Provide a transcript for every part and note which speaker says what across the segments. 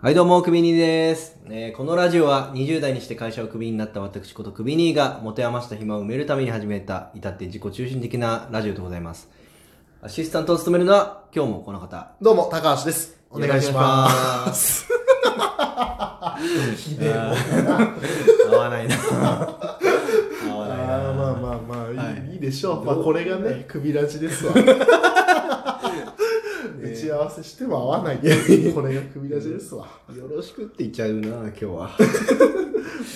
Speaker 1: はい、どうも、クビニーです、えーこのラジオは20代にして会社をクビになった私ことクビニーが持て余した暇を埋めるために始めた、至って自己中心的なラジオでございます。アシスタントを務めるのは、今日もこの方。
Speaker 2: どうも、高橋です。お願いします。ひでえ
Speaker 1: あ
Speaker 2: も ん
Speaker 1: ー合わないな。合
Speaker 2: あ
Speaker 1: わない
Speaker 2: ーまあ
Speaker 1: な。
Speaker 2: まあまあ、いい,、
Speaker 1: はい
Speaker 2: い、いでしょう。まあ、これがね、首ラジ ですわ。打ち合わせしても合わないけど、これが首ラジで すわ。
Speaker 1: よろしくって言っちゃうな、今日は。
Speaker 2: ま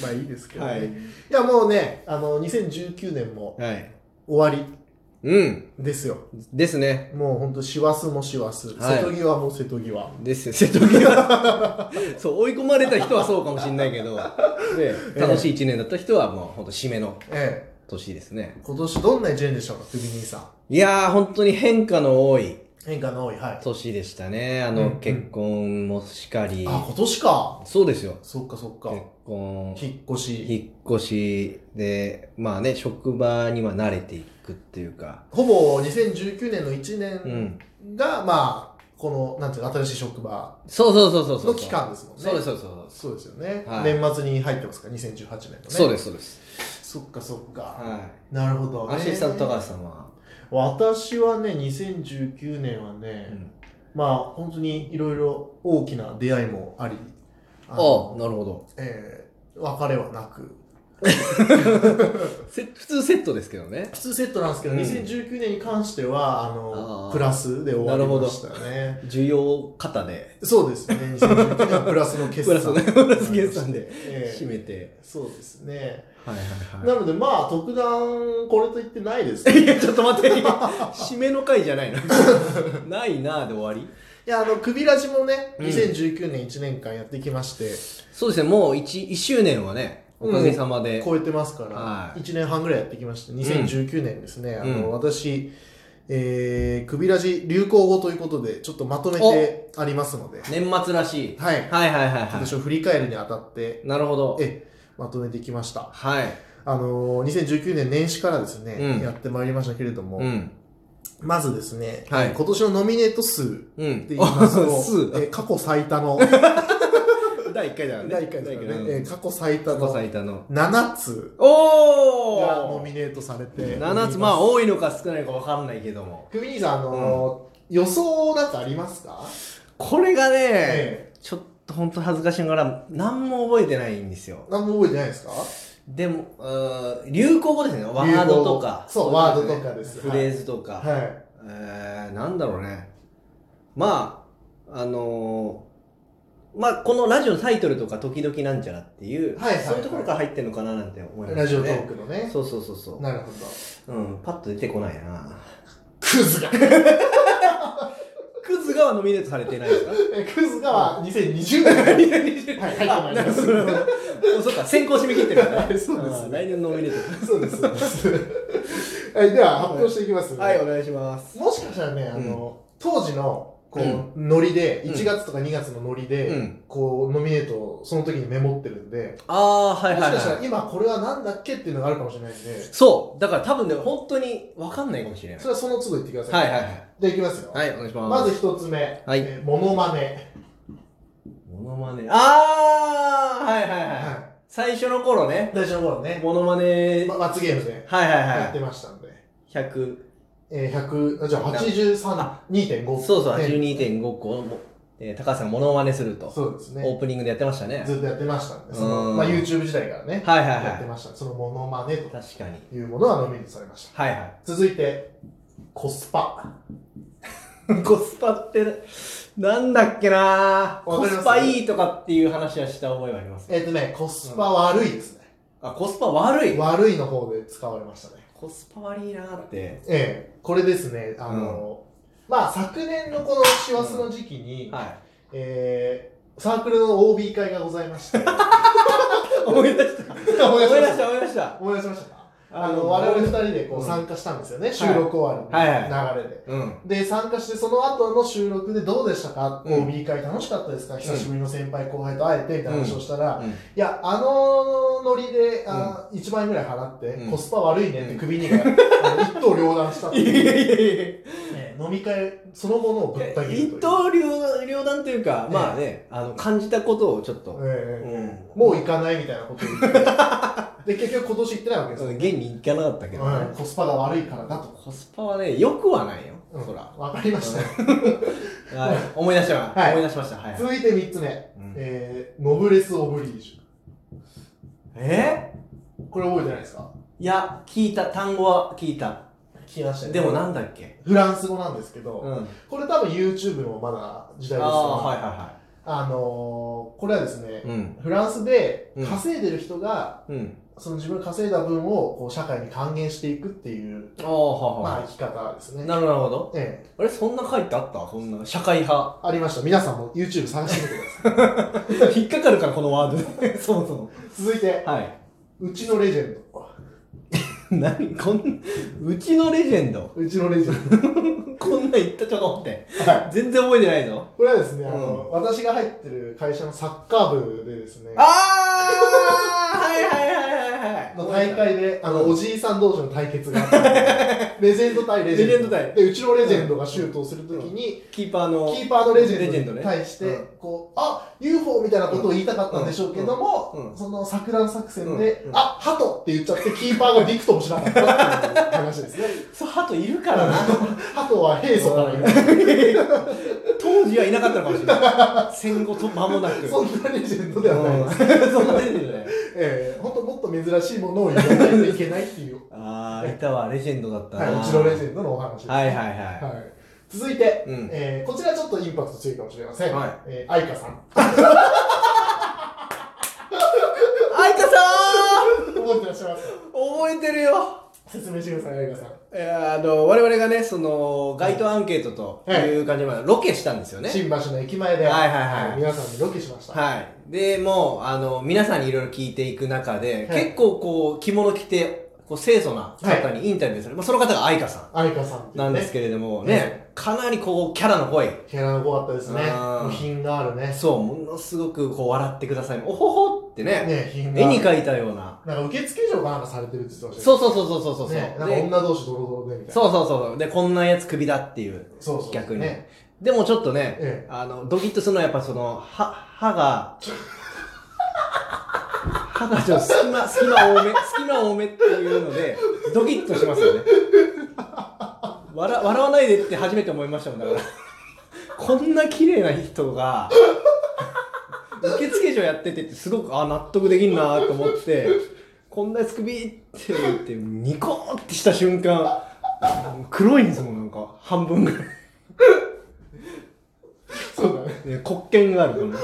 Speaker 2: あいいですけど、ね
Speaker 1: はい
Speaker 2: い。や、もうね、あの、2019年も
Speaker 1: はい。
Speaker 2: 終わ
Speaker 1: うん。
Speaker 2: りですよ。
Speaker 1: ですね。
Speaker 2: もうほんと、師走も師走、
Speaker 1: はい
Speaker 2: 瀬戸際も瀬戸際。
Speaker 1: ですよ、瀬戸際。 そう、追い込まれた人はそうかもしれない けど、で、楽しい一年だった人はもう、ほんと締めの
Speaker 2: ええ。
Speaker 1: 年ですね。
Speaker 2: 今年どんな一年でしたか、首兄さん。
Speaker 1: いやー、本当に変化の多い
Speaker 2: 変化の多い、はい。
Speaker 1: 年でしたね。あの、
Speaker 2: うんうん
Speaker 1: 結婚もしかり、
Speaker 2: あ、今年か。
Speaker 1: そうですよ。
Speaker 2: そっかそっか。
Speaker 1: 結婚、
Speaker 2: 引っ越し。
Speaker 1: 引っ越しで、まあね、職場には慣れていくっていうか、
Speaker 2: ほぼ2019年の
Speaker 1: う
Speaker 2: 1
Speaker 1: ん。
Speaker 2: 年が、まあ、この、なんていうか、新しい職場
Speaker 1: そうそうそうそうそう。
Speaker 2: の期間ですもんね。
Speaker 1: そうです、そうです、そうです。
Speaker 2: そうですよね、
Speaker 1: はい
Speaker 2: 年末に入ってますから、2018年のね。。
Speaker 1: そうですす、そうです。
Speaker 2: そっかそっか。
Speaker 1: は
Speaker 2: なるほど、
Speaker 1: い。アシスタント高橋さんは、
Speaker 2: 私はね、2019年は
Speaker 1: う
Speaker 2: ね、
Speaker 1: ん。
Speaker 2: まあ、本当にいろいろ大きな出会いもあり、
Speaker 1: あ
Speaker 2: あ
Speaker 1: あ、
Speaker 2: の
Speaker 1: なるほど。
Speaker 2: えー別れはなく、
Speaker 1: せ普通セットですけどね。
Speaker 2: 普通セットなんですけど、
Speaker 1: うん
Speaker 2: 2019年に関しては、あの
Speaker 1: あー
Speaker 2: プラスで終わりましたね。
Speaker 1: 需要型で
Speaker 2: そうですね。2019年はプラスの決
Speaker 1: プ
Speaker 2: 算。
Speaker 1: ラスのプラス決算で
Speaker 2: ええ
Speaker 1: 締めて。
Speaker 2: そうですね。
Speaker 1: はいはい
Speaker 2: なのでまあ、特段これと言ってないです
Speaker 1: い。い
Speaker 2: ね。
Speaker 1: や、ちょっと待って。締めの回じゃないのないなぁで終わり
Speaker 2: いや、あの、クビラジもね、
Speaker 1: うん
Speaker 2: 2019年1年間やってきまして、
Speaker 1: そうですね、もう 1, 一周年はね、おかげさまで。
Speaker 2: 超えてますか
Speaker 1: は
Speaker 2: ら、
Speaker 1: い
Speaker 2: 1年半ぐらいやってきまして、2019年ですね。あ
Speaker 1: うん
Speaker 2: の、私、えー、クビラジ流行語ということで、ちょっとまとめてありますので、
Speaker 1: 年末らしい。
Speaker 2: はい。
Speaker 1: はいはいはい
Speaker 2: 今
Speaker 1: は
Speaker 2: 年を振り返るにあたって、
Speaker 1: い。なるほど。
Speaker 2: え、まとめてきました。
Speaker 1: はい。
Speaker 2: あのー、2019年年始からですね、
Speaker 1: うん
Speaker 2: やってまいりましたけれども、
Speaker 1: うん。
Speaker 2: まずですね、
Speaker 1: はい
Speaker 2: 今年のノミネート数って
Speaker 1: うん。
Speaker 2: 言い ます と
Speaker 1: 数、
Speaker 2: えー過去最多 の、
Speaker 1: 第1回だからね。
Speaker 2: 第1回ですからね、え
Speaker 1: 第一
Speaker 2: ー過去最
Speaker 1: 回
Speaker 2: 多
Speaker 1: 過去
Speaker 2: の
Speaker 1: 最多の。
Speaker 2: 7つがノ
Speaker 1: お
Speaker 2: ミ
Speaker 1: ー
Speaker 2: ネートされております。
Speaker 1: !7 つ、まあ多いのか少ないのかわかんないけども。
Speaker 2: クミニーさん、あのー予想なんかありますか
Speaker 1: これがね、
Speaker 2: え
Speaker 1: ちょっと本当恥ずかしいながら、何も覚えてないんですよ。
Speaker 2: 何も覚えてないですか
Speaker 1: でも、うーん流行語ですね。ワードとか。
Speaker 2: 流行語そう
Speaker 1: いのね
Speaker 2: ワードとかです
Speaker 1: フレーズとか。
Speaker 2: はい。
Speaker 1: えー、なんだろうね。まあ、あのーまあ、このラジオのタイトルとか、時々なんちゃらっていう、
Speaker 2: はいはいはい
Speaker 1: そういうところから入ってるのかななんて思いますね。
Speaker 2: ラジオトークのね。
Speaker 1: そうそうそうそ
Speaker 2: なるほど。
Speaker 1: う。うん、パッと出てこないな。
Speaker 2: クズが
Speaker 1: クズがはノミネートされてない ですか
Speaker 2: えクズが は2020年にはい入ってまい り
Speaker 1: な
Speaker 2: ま
Speaker 1: る
Speaker 2: す
Speaker 1: ほど。 なるほどもうそっか、先行締め切ってるからね。
Speaker 2: そうです
Speaker 1: あー来年のノミネート。
Speaker 2: そうです。そうですはい、では発表していきます、
Speaker 1: はい、お願いします。
Speaker 2: もしかしたらね、あの、当時の、こう、ノリで、1月とか2月のノリで、
Speaker 1: うん
Speaker 2: こう、ノミネートをその時にメモってるんで、
Speaker 1: あー、はいはい
Speaker 2: もしかし
Speaker 1: は
Speaker 2: た
Speaker 1: い。
Speaker 2: ら今これはなんだっけっていうのがあるかもしれないんで、
Speaker 1: そう、だから多分ね、本当に分かんないかもしれない
Speaker 2: そ。れはその都度言ってくださ。
Speaker 1: はいいはいはい。
Speaker 2: で、いきますよ。
Speaker 1: はい、お願いします。
Speaker 2: まず一つ目、
Speaker 1: はい
Speaker 2: えーモノマネ。
Speaker 1: モノマネ。あーはいはいはい。
Speaker 2: は
Speaker 1: 最初の頃ね
Speaker 2: い。、大事な頃ね、
Speaker 1: モノマネ、
Speaker 2: ま罰ゲームで
Speaker 1: はいはい
Speaker 2: やっ
Speaker 1: は
Speaker 2: てましたんで、
Speaker 1: い。100、
Speaker 2: えー、100、あじゃあ83、2.5。
Speaker 1: そうそう、
Speaker 2: ね
Speaker 1: 82.5個、えー、高橋さんがモノマネすると、
Speaker 2: そうですね。
Speaker 1: オープニングでやってましたね。
Speaker 2: ずっとやってましたんで、その、
Speaker 1: うん
Speaker 2: まあ、YouTube 時代からね、
Speaker 1: はいはい
Speaker 2: やって
Speaker 1: は
Speaker 2: ました。そのモノマネ
Speaker 1: い。確かに。
Speaker 2: というものがノミネートされました。
Speaker 1: はいはい。
Speaker 2: 続いて、コスパ。
Speaker 1: コスパって、なんだっけなぁ
Speaker 2: わか
Speaker 1: コ
Speaker 2: ります
Speaker 1: スパいいとかっていう話はした覚えはあります。
Speaker 2: えっ、とね、コスパ悪いですね。
Speaker 1: あ、コスパ悪い。
Speaker 2: 悪いの方で使われましたね。
Speaker 1: コスパ悪いなーって。
Speaker 2: ええこれですね、あの、まあ、昨年のこの師走の時期に、
Speaker 1: は
Speaker 2: えーサークルの OB 会がござい まして、
Speaker 1: い。思い出した。
Speaker 2: 思
Speaker 1: 思い
Speaker 2: い
Speaker 1: 出
Speaker 2: 出
Speaker 1: し
Speaker 2: した
Speaker 1: た思い出した。
Speaker 2: 思い出しましたかあ
Speaker 1: あの
Speaker 2: の、我々二人でこ
Speaker 1: う
Speaker 2: うん参加したんですよね、収録終わりの流れで。
Speaker 1: うん。
Speaker 2: で、参加して、その後の収録でどうでしたか、
Speaker 1: うん
Speaker 2: ?OB 会楽しかったですか久しぶりの先輩後輩と会えて、みたいな話をしたら、
Speaker 1: うん
Speaker 2: いや、あのノリで、あ1万円ぐらい払って、
Speaker 1: うん
Speaker 2: コスパ悪いねって首にが、あの一刀両断したって
Speaker 1: いやい
Speaker 2: いう、
Speaker 1: やいやいや
Speaker 2: ね飲み会そのものをぶった切
Speaker 1: 一
Speaker 2: るという
Speaker 1: 刀両両断というか、
Speaker 2: え
Speaker 1: まあね、あの、感じたことをちょっと、
Speaker 2: ええ
Speaker 1: うん
Speaker 2: もう行かないみたいなことを 言ってで結局今年行ってないわけです
Speaker 1: そ
Speaker 2: よ、
Speaker 1: の現に行かなかったけど
Speaker 2: うん
Speaker 1: ね。
Speaker 2: コスパが悪いからだと、
Speaker 1: コスパはね、良くはないよ、
Speaker 2: うん、
Speaker 1: そら。
Speaker 2: わかりました、
Speaker 1: はい思い出しました。
Speaker 2: はい
Speaker 1: 思い出しました。はい。
Speaker 2: 続いて3つ目、
Speaker 1: うん
Speaker 2: えーノブレス・オブリージ
Speaker 1: え
Speaker 2: ュこれ覚えてないですか
Speaker 1: いや、聞いた、単語は聞いた。
Speaker 2: 聞きました
Speaker 1: でもなんだっけ
Speaker 2: フランス語なんですけど、
Speaker 1: うん。あ
Speaker 2: これ多分 YouTube もまだ時代ですから
Speaker 1: あ、はいは
Speaker 2: あのーこれはですね
Speaker 1: いはい。、うん。
Speaker 2: フランスで
Speaker 1: うん
Speaker 2: 稼いでる人が、
Speaker 1: うん。
Speaker 2: その自分が稼いだ分をこう社会に還元していくっていう、
Speaker 1: ああ、はい
Speaker 2: ま
Speaker 1: は
Speaker 2: あ、生き方です
Speaker 1: い。
Speaker 2: ね。
Speaker 1: なるほどなるほど。
Speaker 2: ええ、
Speaker 1: あれ、そんな書いてあったそんな、社会派。
Speaker 2: ありました。皆さんも YouTube 探してみてくださ
Speaker 1: 引っかかるから、このワードで。 そもそも。
Speaker 2: い。続いて、
Speaker 1: はい。
Speaker 2: うちのレジェンド。
Speaker 1: 何こん、うちのレジェンド。
Speaker 2: うちのレジェンド。
Speaker 1: こんなん言ったちょこって。
Speaker 2: はい。
Speaker 1: 全然覚えてないぞ。
Speaker 2: これはですね、あの、私が入ってる会社のサッカー部でですね、
Speaker 1: ああ はいはいはいはい はい。
Speaker 2: の大会で、あの、
Speaker 1: うん
Speaker 2: おじいさん同士の対決があ った。レジェンド対レジェンド。
Speaker 1: レジェンド対
Speaker 2: で、うちのレジェンドがシュートをするときに、
Speaker 1: キーパーの。
Speaker 2: キーパーのレジ
Speaker 1: レジェ
Speaker 2: ェ
Speaker 1: ン
Speaker 2: ン
Speaker 1: ド
Speaker 2: ド
Speaker 1: ね
Speaker 2: に対して、
Speaker 1: うん
Speaker 2: こう、あ !UFO みたいなことを言いたかったんでしょうけども、
Speaker 1: うんうん
Speaker 2: その錯乱作戦で、
Speaker 1: うんうん
Speaker 2: あハトって言っちゃって、キーパーがびくともしなかったっていう 話ですね。
Speaker 1: そう、ハトいるから な。
Speaker 2: ハトは平素からいる。
Speaker 1: 当時はいなかったのかもしれない。戦後と間もなく。
Speaker 2: そんなレジェンドではないです。
Speaker 1: うん そんなレジェンドだよ。
Speaker 2: ええ本当もっと珍しいものを言わないといけないっていう、
Speaker 1: ああ、いたわ、レジェンドだったな。
Speaker 2: はい、うちのレジ
Speaker 1: ン
Speaker 2: ェンドのお話です。
Speaker 1: はいはい
Speaker 2: い。
Speaker 1: は
Speaker 2: はい、続いて、
Speaker 1: い。うん。
Speaker 2: えーこちらちょっとインパクト強いかもしれません。
Speaker 1: はい
Speaker 2: えー、愛花さん。
Speaker 1: あいかさ
Speaker 2: 覚えてらっしゃいますか
Speaker 1: ーん覚えてるよ
Speaker 2: 説明してください、愛花さん。
Speaker 1: いやあの我々がねその街頭アンケートと
Speaker 2: はい
Speaker 1: いう感じでロケしたんですよね
Speaker 2: 新橋の駅前で、
Speaker 1: はいはいはい
Speaker 2: 皆さんにロケしました。
Speaker 1: はいでもうあの皆さんにいろいろ聞いていく中で、
Speaker 2: はい
Speaker 1: 結構こう着物着てこう清楚な方にインタビューされる、まあ、その方が愛花さ
Speaker 2: 愛花さんって
Speaker 1: ん
Speaker 2: い
Speaker 1: な
Speaker 2: うんね
Speaker 1: ですけれどもね
Speaker 2: ね
Speaker 1: かなりこうキャラの濃い
Speaker 2: キャラの子だったですね
Speaker 1: うん
Speaker 2: 品があるね
Speaker 1: そうものすごくこう笑ってくださいおほほってね
Speaker 2: ね品が
Speaker 1: 絵
Speaker 2: ある
Speaker 1: に描いたような
Speaker 2: なんか受付嬢がなんかされてるって言ってました
Speaker 1: そう
Speaker 2: う
Speaker 1: そうそうそうそうそう、
Speaker 2: ねなんか
Speaker 1: で
Speaker 2: 女同士ドロドロでみたいな
Speaker 1: そうそうそう。で、こんなやつクビだっていう。
Speaker 2: そうそうそう
Speaker 1: 逆に。
Speaker 2: ね
Speaker 1: でもちょっとね、
Speaker 2: え
Speaker 1: あの、ドキッとするのはやっぱその、歯、歯が、歯がちょっと隙間、隙間多め、隙間多めっていうので、ドキッとしますよね。笑笑わないでって初めて思いましたもんだから。こんな綺麗な人が、受付嬢やっててってすごく、あ、納得できんなと思って、こんなやつ首って言って、ニコーってした瞬間、黒いんですもん、なんか、半分ぐらい。
Speaker 2: そうだね
Speaker 1: ね、黒剣があるとね。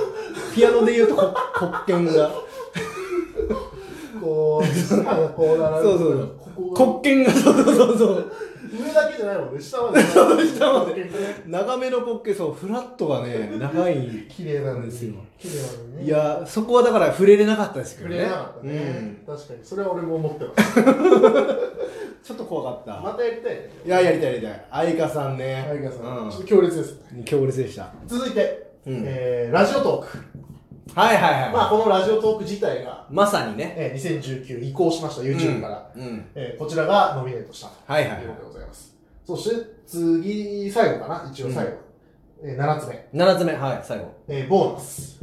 Speaker 1: ピアノで言うとこ黒剣が。
Speaker 2: こう下がこうだな
Speaker 1: そうそう
Speaker 2: ここが
Speaker 1: 黒剣が、そうそうそうそう。
Speaker 2: 上だけじゃないもんね下ま で下
Speaker 1: まで長めの黒剣、そう、フラットがね、長い。
Speaker 2: 綺麗なん
Speaker 1: ですよ
Speaker 2: 綺麗なのにね
Speaker 1: いや、そこはだから触れれなかったですけど
Speaker 2: 触
Speaker 1: ね。
Speaker 2: れなかったね確かにそれは俺も思ってま す
Speaker 1: うん。ちょっと怖かった。
Speaker 2: またやりたいね
Speaker 1: いや、やりたいやりたい。愛花さんね。
Speaker 2: 愛花さんちょっ
Speaker 1: う
Speaker 2: と強烈です
Speaker 1: ん。強烈でした。
Speaker 2: 続いて
Speaker 1: うん
Speaker 2: えーラジオトーク
Speaker 1: はいはいはい。
Speaker 2: まあ
Speaker 1: ま
Speaker 2: このラジオトーク自体が
Speaker 1: さにね。
Speaker 2: えー2019移行しました YouTube から、
Speaker 1: うん。うん
Speaker 2: えーこちらがノミネートしたと
Speaker 1: はいはいいう
Speaker 2: ことでございます、そして次最後かな一応最後、えー7つ目、
Speaker 1: 7つ目、はい、最後。
Speaker 2: えーボー ナス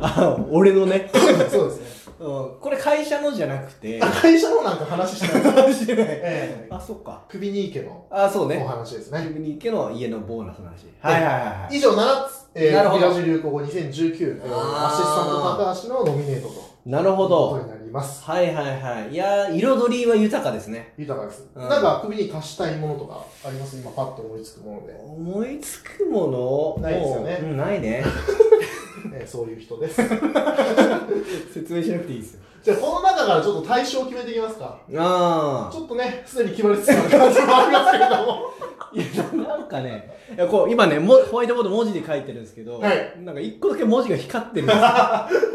Speaker 1: あ、俺のね。
Speaker 2: そうですね
Speaker 1: うん、これ会社のじゃなく て。
Speaker 2: あ会社のなんか話してない、
Speaker 1: してない。
Speaker 2: えー、
Speaker 1: あ、そっか。
Speaker 2: 首に池の
Speaker 1: あ、そうね
Speaker 2: お。話です
Speaker 1: 自
Speaker 2: ね
Speaker 1: 分に行けの家のボーナスの話。はいはいはいはい。
Speaker 2: 以上7つ、え
Speaker 1: なる
Speaker 2: ー、
Speaker 1: ほど
Speaker 2: 東流行語2019、えー
Speaker 1: あー
Speaker 2: アシスタント高橋のノミネートという
Speaker 1: なるほ
Speaker 2: こと
Speaker 1: ど。
Speaker 2: になります
Speaker 1: はいはいはい。いやー、彩りは豊かですね。
Speaker 2: 豊かです、
Speaker 1: うん
Speaker 2: なんか首に足したいものとかあります今パッと思いつくもので、
Speaker 1: 思いつくもの
Speaker 2: ないですよね
Speaker 1: もううんないね。
Speaker 2: えーそういう人です
Speaker 1: 説明しなくていいですよ。
Speaker 2: じゃあこの中からちょっと対象を決めていきますか
Speaker 1: あ
Speaker 2: ちょっとね、すでに決まりつつある感じもありますけれども。
Speaker 1: ー。いや、なんかね、いやこう今ねも、ホワイトボード文字で書いてるんですけど、
Speaker 2: はい
Speaker 1: なんか一個だけ文字が光ってるんですよ。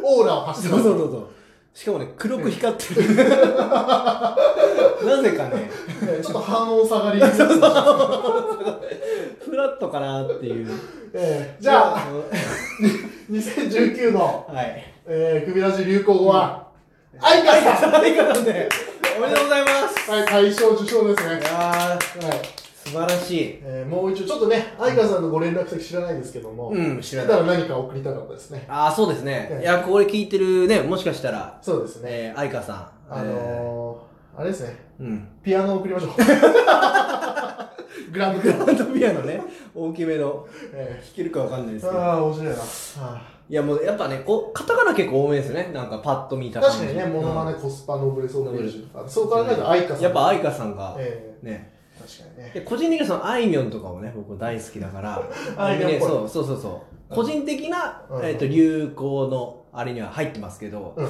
Speaker 2: オーラを発し て
Speaker 1: そ
Speaker 2: ま
Speaker 1: う
Speaker 2: す。
Speaker 1: そうそうそう。しかもね、黒く光って る。なぜかね、
Speaker 2: えーちょっと反応下 がり。え
Speaker 1: フラットかなっていう。
Speaker 2: ーじゃあ、
Speaker 1: あの、
Speaker 2: 2019の、
Speaker 1: はい。
Speaker 2: えー、首ラジ流行語は、相川さん
Speaker 1: 最後なんで、おめでとうございます。
Speaker 2: はい、大賞受賞ですね。
Speaker 1: い
Speaker 2: は
Speaker 1: やー
Speaker 2: い。
Speaker 1: 素素晴らしい。
Speaker 2: えーもう一度、ちょっとね、相川さんのご連絡先知らないですけども、
Speaker 1: うん、知
Speaker 2: だ
Speaker 1: ら
Speaker 2: か
Speaker 1: ない。
Speaker 2: ら何か送りたかったですね。
Speaker 1: ああ、そうですね
Speaker 2: え。え
Speaker 1: いや、これ聞いてるね、もしかしたら、
Speaker 2: そうですね。
Speaker 1: えー、愛花さん。
Speaker 2: あのー、あれですね、
Speaker 1: えーうん。
Speaker 2: ピアノ送りましょう。グラム
Speaker 1: グ
Speaker 2: ピア
Speaker 1: ラ
Speaker 2: ノ。
Speaker 1: ンドピアノね、大きめの。
Speaker 2: え
Speaker 1: 弾けるかわかんないです
Speaker 2: ー
Speaker 1: けど。
Speaker 2: ああ、面白いな。あ
Speaker 1: いや、もうやっぱね、こう、カタカナ結構多めですよね。なんかパッと見
Speaker 2: ー
Speaker 1: た感じ。
Speaker 2: 確かにね、モノマネ、コスパ、ノブレソーブレ
Speaker 1: ノ
Speaker 2: そう考えると、愛
Speaker 1: う
Speaker 2: 花さ
Speaker 1: ん
Speaker 2: ん。
Speaker 1: やっぱ、愛花さんが、
Speaker 2: え
Speaker 1: ね。
Speaker 2: え確かにね。
Speaker 1: で個人的にはその、あいみょんとかもね、僕大好きだから、
Speaker 2: あいみょん
Speaker 1: ね
Speaker 2: っぽい
Speaker 1: そうそうそうそう。個人的な、
Speaker 2: うん
Speaker 1: えっと、流行の、あれには入ってますけど、
Speaker 2: う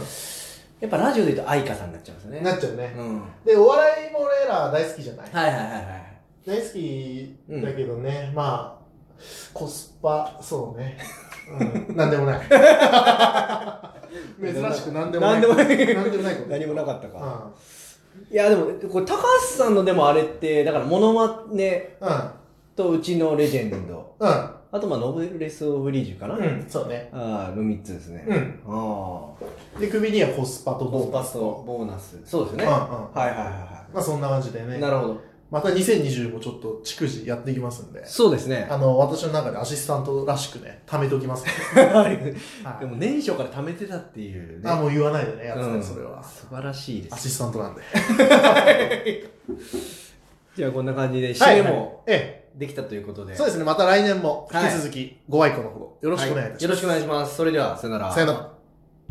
Speaker 1: やっぱラジオで言うと愛花さんになっちゃうんですよね。
Speaker 2: ん、なっちゃうね。
Speaker 1: うん。
Speaker 2: で、お笑いも俺ら大好きじゃない
Speaker 1: はいはいはいはい。
Speaker 2: 大好きだけどね、まあ、コスパ、そうね。 うん、なんでもない。珍しくなんでもな
Speaker 1: な
Speaker 2: い。
Speaker 1: んでもない
Speaker 2: なんでもないこと。
Speaker 1: 何もなかった
Speaker 2: う
Speaker 1: か。
Speaker 2: ん。
Speaker 1: いや、でも、これ、高橋さんのでもあれって、だから、モノマネ
Speaker 2: うん。
Speaker 1: とうちのレジェンド、
Speaker 2: うん。
Speaker 1: あと、まあ、ノブレス・オブ・リージュかな、
Speaker 2: うん、そうね。
Speaker 1: ああ、の3つですね。
Speaker 2: うん。
Speaker 1: ああ。
Speaker 2: で、首にはコスパとボ
Speaker 1: ボ
Speaker 2: ー
Speaker 1: ー
Speaker 2: ナ
Speaker 1: ナ
Speaker 2: ス
Speaker 1: ス
Speaker 2: と。
Speaker 1: とボーナス。そうです
Speaker 2: う
Speaker 1: ね。
Speaker 2: んうん。
Speaker 1: はい
Speaker 2: ま
Speaker 1: はいは
Speaker 2: あそんな感じで
Speaker 1: いは
Speaker 2: ね。
Speaker 1: い。なるほど。
Speaker 2: また2020もちょっと逐次やっていきますんで。
Speaker 1: そうですね。
Speaker 2: あの、私の中でアシスタントらしくね、貯めてお きますね。はい
Speaker 1: でも、年初から貯めてたっていうね。
Speaker 2: あ、もう言わないでね、やつ
Speaker 1: う
Speaker 2: ね、
Speaker 1: ん
Speaker 2: それは。
Speaker 1: 素晴らしいで
Speaker 2: ア
Speaker 1: す。
Speaker 2: シスタントなんで。
Speaker 1: じゃあ、こんな感じで、
Speaker 2: はい
Speaker 1: CM も
Speaker 2: ええ。
Speaker 1: できたということで。
Speaker 2: そうですね、また来年も引き続きご愛顧のほど
Speaker 1: よ
Speaker 2: よろしくお願いいたし
Speaker 1: よ
Speaker 2: ま
Speaker 1: ろしくお願いします。それでは、さよなら。
Speaker 2: す。さよなら。